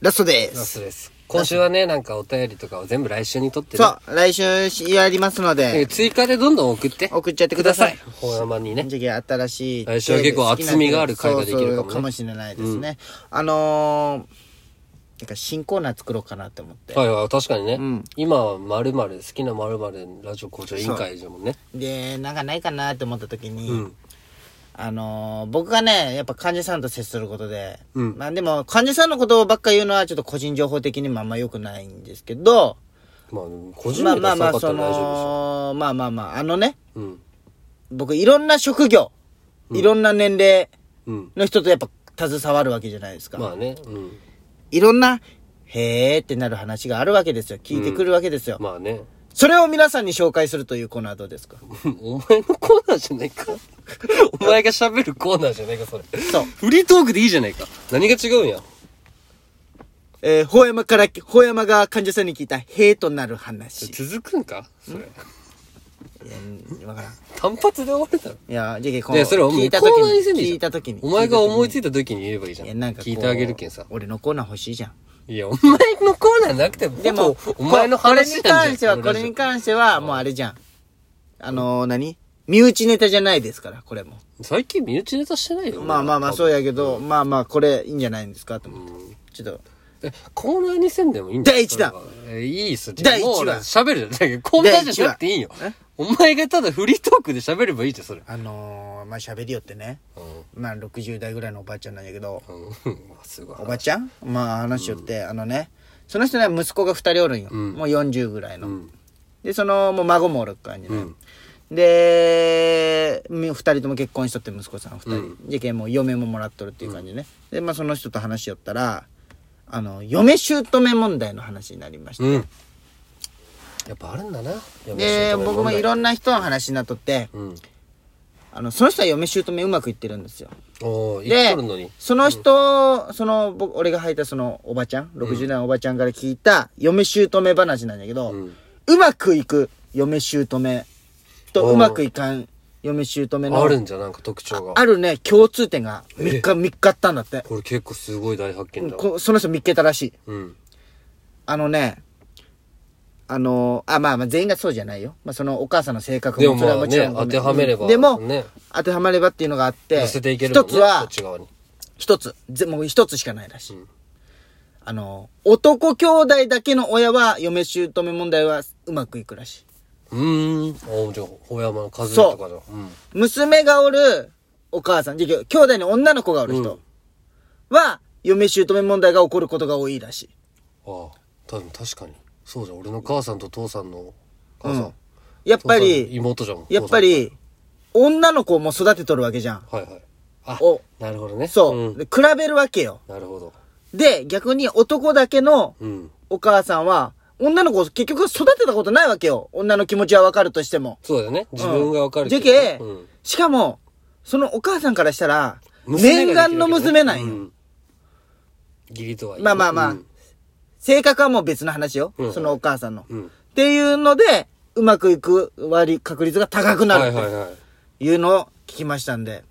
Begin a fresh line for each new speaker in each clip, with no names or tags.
ラストで
ラス
す。
トです。今週はね、なんかお便りとかを全部来週に撮ってね
そう、来週やりますの
え
で、
追加でどんどん送って。
送っちゃってください。
本山にね。
次は新しい。
来週は結構厚みがある回ができるかもね
そうそうかもしれないですね。あのー、なんか新コーナー作ろうかなって思って。
はいはい、確かにね。
ん
今はまる好きなまるラジオ向上委員会じゃもんね。
で、なんかないかなって思った時に、
うん。
あのー僕がね、やっぱ患者さんと接することで、
うん
まあでも患者さんのことばっか言うのはちょっと個人情報的にもあんま良くないんですけど、
まあ、個人
まあ
名出
まあ
さ
ま
な
あ、
かったら
そ
大丈
の、
夫
まあまあまあ、あのね、
でしょ。うん。
僕いろんな職業、いろんな年齢
うん。
の人とやっぱ携わるわけじゃないですか。
まあね。うん。
いろんな、へーってなる話があるわけですよ。聞いてくるわけですよ。
まあね。
それを皆さんに紹介するというコーナーはどうですか
お前のコーナーじゃない か。お前が喋るコーナーじゃないか、それ。
そう。
フリートークでいいじゃないか。何が違うんや。
えー、法山から、法山が患者さんに聞いた、へーとなる話。い
続くんかそれ。
やわからん。
単発で終わるだろ。
いや、じゃあ、こう、
ねそれお前
聞いた
コ
時
ーナーにせんでい
に、聞
いじゃん
いた時に。
お前が思い
つ
ついた時に言えばいいじゃん。
いや、なんかこう
聞いてあげるけんさ。
俺のコーナー欲しいじゃん。
いや、お前のコーナーなくても、でも、お前の話
これ
なん
に関しては、これに関しては、もうあれじゃん。あのー、何身内ネタじゃないですから、これも。
最近身内ネタしてないよ。
まあまあまあ、そうやけど、まあまあ、これいいんじゃないんですか、と思って。ちょっと。
えコーナーにせんでもいいん
第一弾
それはえいいっす。
第一弾
もう俺喋るじゃん。だけどコーナーじゃなくていいよ
第一。
お前がただフリートークで喋ればいいじゃん、それ。
あのー、まあ喋りよってね、まあ60代ぐらいのおばあちゃんなんやけど、
うん。すごい
お。ばちゃんまあ話しよって、あのね、その人ね、息子が2人おるんよ。
ん
もう40ぐらいの。
うん。
で、その、もう孫もおる感じね。
うん
で、み二人とも結婚しとって息子さん二人。
うん
で、けんもう嫁ももらっとるっていう感じね。で、まあその人と話しよったら、あの、嫁姑問題の話になりました。
うん。やっぱあるんだな。
で、僕もいろ
ん
んな人の話になっとって、
うん。
あの、その人は嫁姑うまくいってるんですよ。
おー、言っ
で
とるのに。、
その人、その、僕、俺が履いたその、おばちゃん、60代のおばちゃんから聞いた、嫁姑話なんだけど、
う
うんまくいく嫁姑と、
おう
うまくいかん嫁姑の、
あるんじゃん、なんか特徴が。
あるね、共通点が3日、3日あったんだって。
これ結構すごい大発見だわ。
こその人見っけたらしい。
うん。
あのね、あのあ、まあまあ全員がそうじゃないよ。まあそのお母さんの性格
でも
も、それ
ま
は
あ
もちろ
ね、
んごめ
当
ん。
てはめれば。
でも、
ね。
当てはまればっていうのがあって、
寄せていけるも
一
ん
つ
ね
は
こっ、ち側に。
一つ、ぜもう一つしかないらしい。あの、男兄弟だけの親は、嫁姑問題はうまくいくらし
うーん。あ、じゃあ、ほやまの数とかじゃん。うん。
い。娘がおるお母さん、じゃあ兄弟に女の子がおる人は、嫁姑問題が起こることが多いらしい。
ああ、多分確かに。そうじゃん。俺の母さんと父さんの、母さん。
うんやっぱ
父さん
り、
妹じゃん。
やっぱ
父
り、女の子も育てとるわけじゃん。
さん。はいはい。あ、
お
なるほどね。
そう。
ん
で比べるわけよ。
なるほど。
で、逆に男だけの
うん。
お母さんは、女の子を結局育てたことないわけよ。女の気持ちはわかるとしても。
そうだよね。自分がわかる
じゃ
ど
け、
うん
しかも、そのお母さんからしたら、
娘
念
がで
願
きる
の
わけ
娘
ね
なんよ。
うん義理とはいえ
まあまあまあ、
うん
性格はもう別の話よ。
うん
そのお母さんの、
うん
っていうので、うまくいく割り確率が高くな
はい
る
はい
と
は
いうのを聞きましたんで。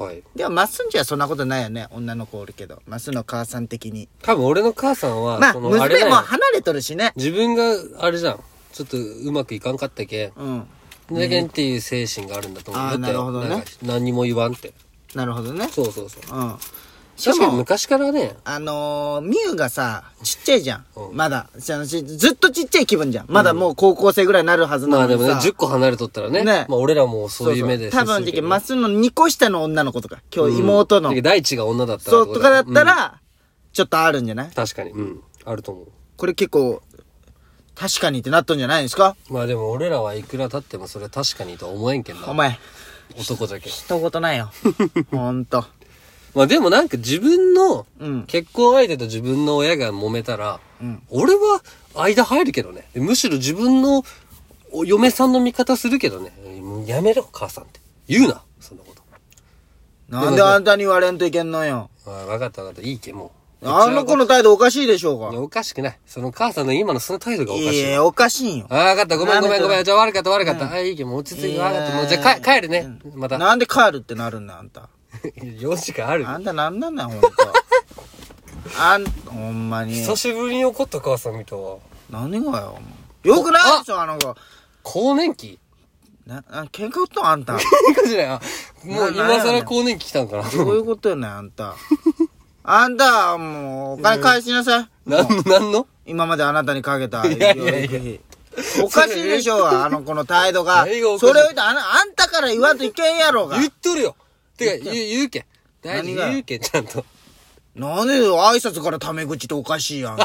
い。はい。
でも、まっすんちはそんなことないよね。女の子おるけど。まっすんの母さん的に。
多分俺の母さんは、
まあ、
そのあれ
娘
だよ
も離れとるしね。
自分が、あれじゃん。ちょっとうまくいかんかったけん。
うん。
だけんっていう精神があるんだと思う。
あー
だって
なるほどね
んか何にも言わんって。
なるほどね。
そうそうそう。
うん。し
確か
か
に
も、
昔からね、
あのー、みゆがさ、ちっちゃいじゃん。
うん
まだ。そのしずっとちっちゃい気分じゃん。まだもう高校生ぐらいになるはず
ま
な
あ
の
で
に
もね、
さ。
10個離れとったらね、
ね
まあ俺らもそういう目で接
多
す
分、
る
じ
け
ゃ
ど
マスの2個下の女の子とか、今日妹の
だけ、ど大地が女だったら
そ
っ
う
て
と
こと
かだった
うん
ら、ちょっとあるんじゃない
確かに、うん。あると思う。
これ結構、確かにってなっとんじゃないですか
まあでも俺らはいくら経ってもそれは確かにとは思えんけん
お
な。
前、
男だけ。
人事ない よ。ほんと。
まあでもなんか自分の
うん、
結婚相手と自分の親が揉めたら、俺は間入るけどね。むしろ自分のお嫁さんの味方するけどね。もうやめろ、母さんって。言うな、そんなこと。
なんであんたに言われんといけんのよ。
ああ、わかったわかった。いいけ、もう。
あの子の態度おかしいでしょう
い
か
やおかしくない。その母さんの今のその態度がお
い
かしい。
や、おかしいんよ。
ああ、わかった。ごめんごめんご
な
め
ん
ん。じゃあ悪かった悪かった。ああ、いいけど、もう落ち着いて。わかった。もうじゃあ帰帰るね。また。
なんで帰るってなるんだよ、あんた。
4時間ある。
あんたなんなんだよ、ほんと。あん、ほんまに。
久しぶりに怒った母さん見たわ。
何がよ。よくないでしょ、あの子。
更年期
な、あ喧嘩売ったんあんた。
喧嘩じゃないあもう
ななんや
今
ね
更
ん
更年期来たんかな。
どういうことよね、あん た。あんた、もう、お金返しなさい。
なん、なんの
今まであなたにかけた
いやいやい
養
や
育費おかしいでしょうが、あの子の態度が。そ
何
れ
が
を
おかしい
言うと、あのあんたから言わんといけんやろうが。
言っとるよてか、言う、言うけん。大事
何が
言うけん、ちゃんと。
なんでよ、挨拶からタメ口っておかしい やん。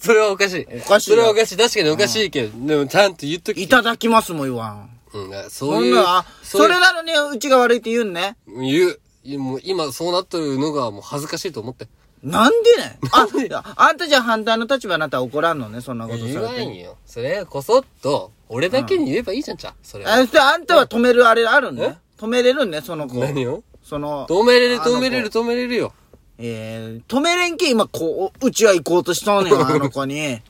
それはおかしい。お
かしいよ
それはおかしい。確かにおかしいけど、でもちゃんと言っとき。
いただきますも言わん。
うん、
そ
そうんいう。
な、あ
そう
そ
いう
れなのにうちが悪いって言うんね。
言う。もう今そうなってるのがもう恥ずかしいと思って。
なんでねあ、あんたじゃ反対の立場あなたは怒らんのね、そんなこと
言
さ
わ
れて。
んよ。それこそっと、俺だけに言えばいいじゃん、じゃあそれは。
あしてあんたは止めるあれあるね。止めれるね、その子。
何を
その、
止めれる、
あの子
止めれる、止めれるよ。
えー、止めれんけ、今、こう、うちは行こうとし とんねん、あの子に。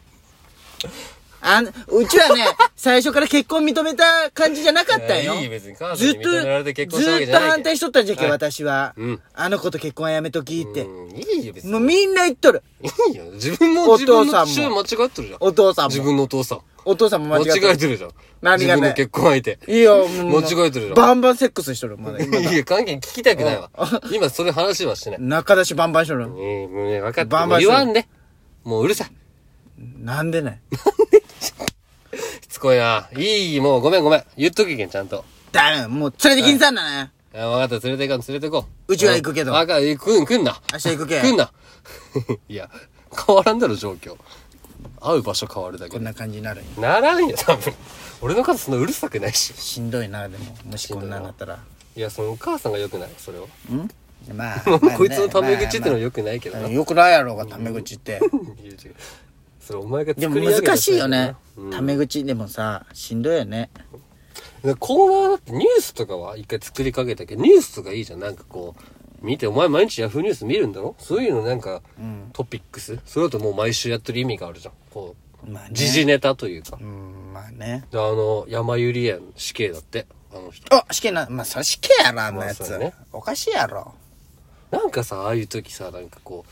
あん、うちは ね、最初から結婚認めた感じじゃなかったんよ。
いやいい別に母さん
ず
に
っと、
認められて結婚したわけ
ず
じ
っ
ゃ
と
ないけど
反対しとったじゃけ、
はい
私は、
うん
あの子と結婚はやめときって。
うん、いいよ、別に。
もうみんな言っとる。
いいよ。自分も
お
自分
父さ
の
んも
父親間違ってるじゃん。
お父さん
自
も。
分のお父さん。
お父さんも間
間
違って
違え
る。
てるじゃん。
何がね
自分の結婚相手。
いいよ、もう
間違えてるじゃん
バンバンセックスしとる、まだ 今だ
いや、関係聞きたくないわ。 今、それ話はしてない。
中出しバンバンしとる。
ええ、もうね、分かっ
バ
た。
ン
も
バ
う
ンす
言
る
わんで。もううるさい。
なんでね。
しつこいな。いい、もうごめんごめん。言っとけけん、ちゃんと。
だよ、もう連れてきんさんだね。
あ分かった、連れて行こう、連れて行こう。
うちは行くけど
あかん、えくん、くんな。
明日行くけ。
くんな。 いや、変わらんだろ、状況。会う場所変わるだけ
こん
で。
な感じになるんよ
ならんよ、多分。俺の数そんなうるさくないし。
しんどいなでももしこんなんだったら
いや、そのお母さんが良くない、それは。
うんまあ
こいつのタメ口ってのは
よ
良くないけどな。いや
よくないやろうがタメ口って
違うそれお前が作
で
り
も
上げた
難しいよね
うん
タメ口でもさしんどいよね
でコーナーだってニュースとかは一回作りかけたけど、ニュースとかいいじゃん。なんかこう、見て、お前毎日ヤフーニュース見るんだろそういうのなんか、トピックスそれだともう毎週やってる意味があるじゃん。こう、
まあね
時事ネタというか
う。んまあね
で、あの、山ゆり園死刑だって、あの人。
あ死刑なまあそれ死刑やろあんなや
まあ
つ
そうね
おかしいやろ
なんかさ、ああいう時さ、なんかこ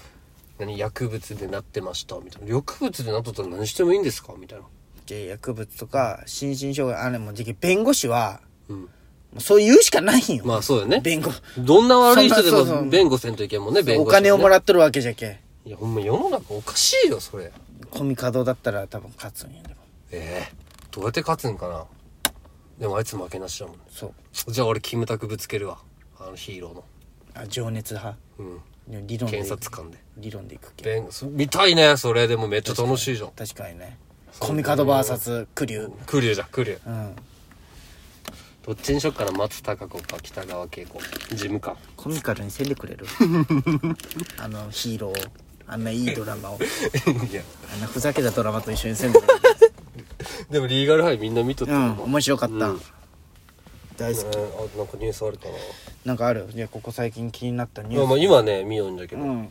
う、何、薬物でなってました、みたいな。薬物でなっとったら何してもいいんですかみたいな。
で薬物とか心身障害あれもじき弁護士は
うん。
もうそう言うしかないんよ
まあそうだよね。
弁護
どんな悪い人で
そんなそうそう
も弁護せんといけんもんね、弁護
お
士はね
金をもらっとるわけじゃけ
いや、ほんま世の中おかしいよ、それ。
コミ稼働だったら多分勝つんやでも
ええどうやって勝つんかなでもあいつ負けなしだもんね
そう
じゃあ俺キムタクぶつけるわあのヒーローの
あ情熱派
うん
理論でい
検
く
察官で
理論でいくけ
弁そ見たいねそれでもめっちゃ楽しいじゃん
確かにねコミカド VS クリュウ
クリューじゃんクリュー
うん
どっちにしよっかな松たか子か北川景子事務官
コミカルにせんでくれる あのヒーローをあんないいドラマを
いや
あんなふざけたドラマと一緒にせんでくれる
でもリーガルハイみんな見とった
う
よ
ん面白かった、
うん
大
ね
好き
あなんかニュースあるかな
なんかあるじゃあここ最近気になったニュー
まあ
ス、
まあ今ね見よんじゃけど、
うん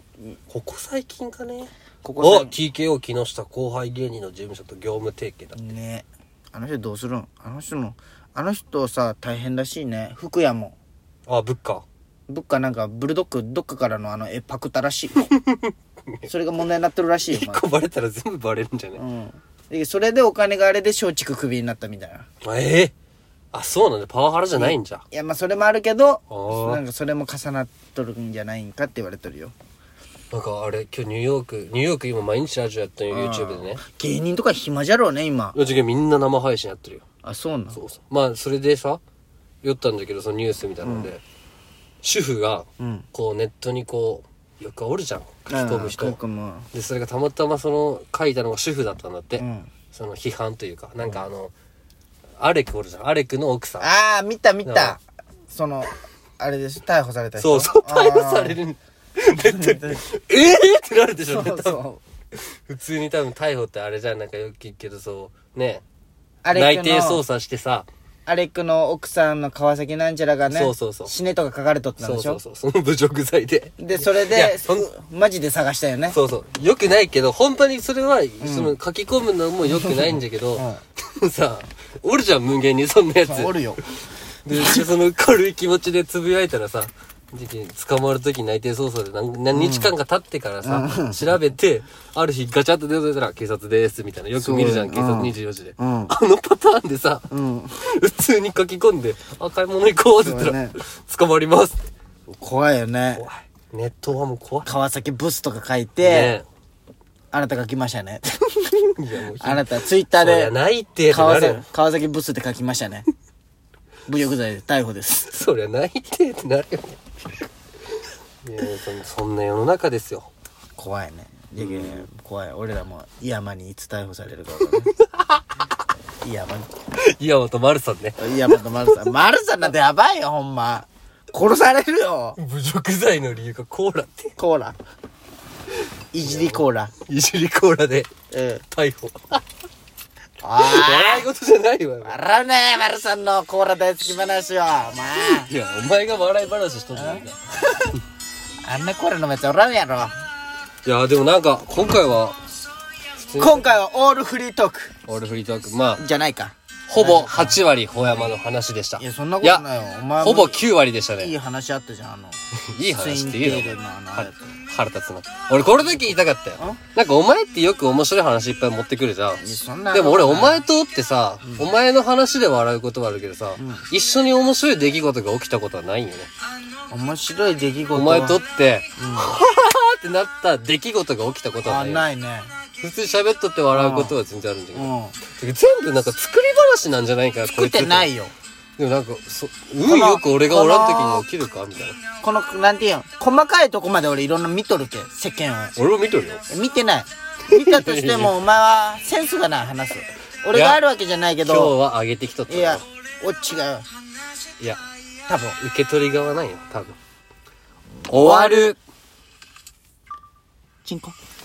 ここ最近かね
ここ
あ TKO 木下後輩芸人の事務所と業務提携だ
ねあの人どうするんあの人のあの人さ大変らしいね福屋も
あ物価
どっかなんかブルドッグどっかからのあの絵パクったらしいよ それが問題になってるらしいよ、
一
ま
個バレたら全部バレるんじゃね
うんでそれでお金があれで松竹クビになったみたいな
あええあ、そうなんだ。パワハラじゃないんじゃ。
いやまあそれもあるけど
あー
なんかそれも重なっとるんじゃないんかって言われてるよ
なんかあれ、今日ニューヨーク、ニューヨーク今毎日ラジオやってるよ、YouTube でね。
芸人とか暇じゃろうね今
の時みんな生配信やってるよ。
あそうなの
そうそう。まあ、それでさ、酔ったんだけど、そのニュースみたいなので、主婦が、
ん
こうネットにこう、よくおるじゃん。書き
あー
込む人
書き。込む
で、それがたまたまその、書いたのが主婦だったんだって。
ん
その批判というか、なんかあの、アレクおるじゃん。アレクの奥さん。
ああ見た見
だか
たそのあれです逮捕された
そ
人
うそう、
あー
逮捕される。ネ ットにええってなるでしょ、
そうそう
普通に多分逮捕ってあれじゃんなんかよく聞くけどそうね
アレ
内
ック
定捜
の
査してさ、
アレックの奥さんの川崎なんちゃらがね
そうそうそう
死ねとか書かれとったん
そ
で
う
し
そ
ょ
うそうその侮辱罪で
でそれ
い
で
やそん
マジで探したよね
そうそうよくないけど本当にそれは、その書き込むのもよくないんだけど、 さおるじゃん無限にそんなやつ
おるよ
でその軽い気持ちでつぶやいたらさで捕まるとき内定捜査で何何日間か経ってからさ、調べて、ある日ガチャッと出てたら警察です、みたいな。よく見るじゃ
そ
ん、
う
警察24時で。
うん
あのパターンでさ、
ん
普通に書き込んで、あ、買い物行こうって言った
そう
ら、
だね
捕まります。
怖いよね。
怖い。ネットはもう怖い。
川崎ブスとか書いて
ね、
あなた書きましたね。
いやもうひ
あなた、ツイッター
そりゃ
で、
ないってって
川
なるよ
崎、川崎ブスって書きましたね。武力罪で逮捕です。
そりゃないってってなるよね。いやそそんな世の中ですよ。
怖いね。でけ怖い。俺らも、イヤマにいつ逮捕されるか分かん ない。イヤマ
岩本丸さんね。
に。イヤマとマルさん。マルさんなんてやばいよ、ほんま。殺されるよ。
侮辱罪の理由がコーラって。
コー ラ。いじりコーラ。
いじりコーラで
うん。
逮捕。
あ
笑い事じゃないわよ
あ。。笑うね、マルさんのコーラ大好き話は。まあ、
いや、お前が笑い話しとんじゃないか。
あんなコーラ飲めちゃおらんやろ。
いや、でもなんか、今回は、
今回はオールフリートーク。
俺フリートーク、まあ、
じゃないか。
ほぼ8割、ほ山の話でした。
いや、そんなことないよ。お前も
ほぼ9割でした
い
ね。
い話あったじゃん、あ の。
いい話って言
ツインテ
う
ール
の
のあの
は腹立つな。俺これだけ言いたかったよ
ん。
なんかお前ってよく面白い話いっぱい持ってくるじゃ
い
ん。
やそんな
でも俺お前とってさ、お前の話で笑うことはあるけどさ、一緒に面白い出来事が起きたことはないんよね。
面白い出来事は。
お前とって、ははは ってなった出来事が起きたことは
あ、
ないよ。
ないね。
普通に喋っとって笑うことは全然あるんだけど。
うん。
全部なんか作り話なんじゃないかな。
食ってないいよ。
でもなんか、そ、運よく俺がおらん時に起きるかみたいな。
この、なんていうん、細かいとこまで俺いろんな見とるけ、世間を。
俺も見とるよ。
え見てない。見たとして も、お前はセンスがない話す。俺があるわけじゃないけ
今日
ど、
は上げてきとった
い
よ
や、お違う。
いや、
多分。
受け取り側ないよ、多分。終わる。
チンコ。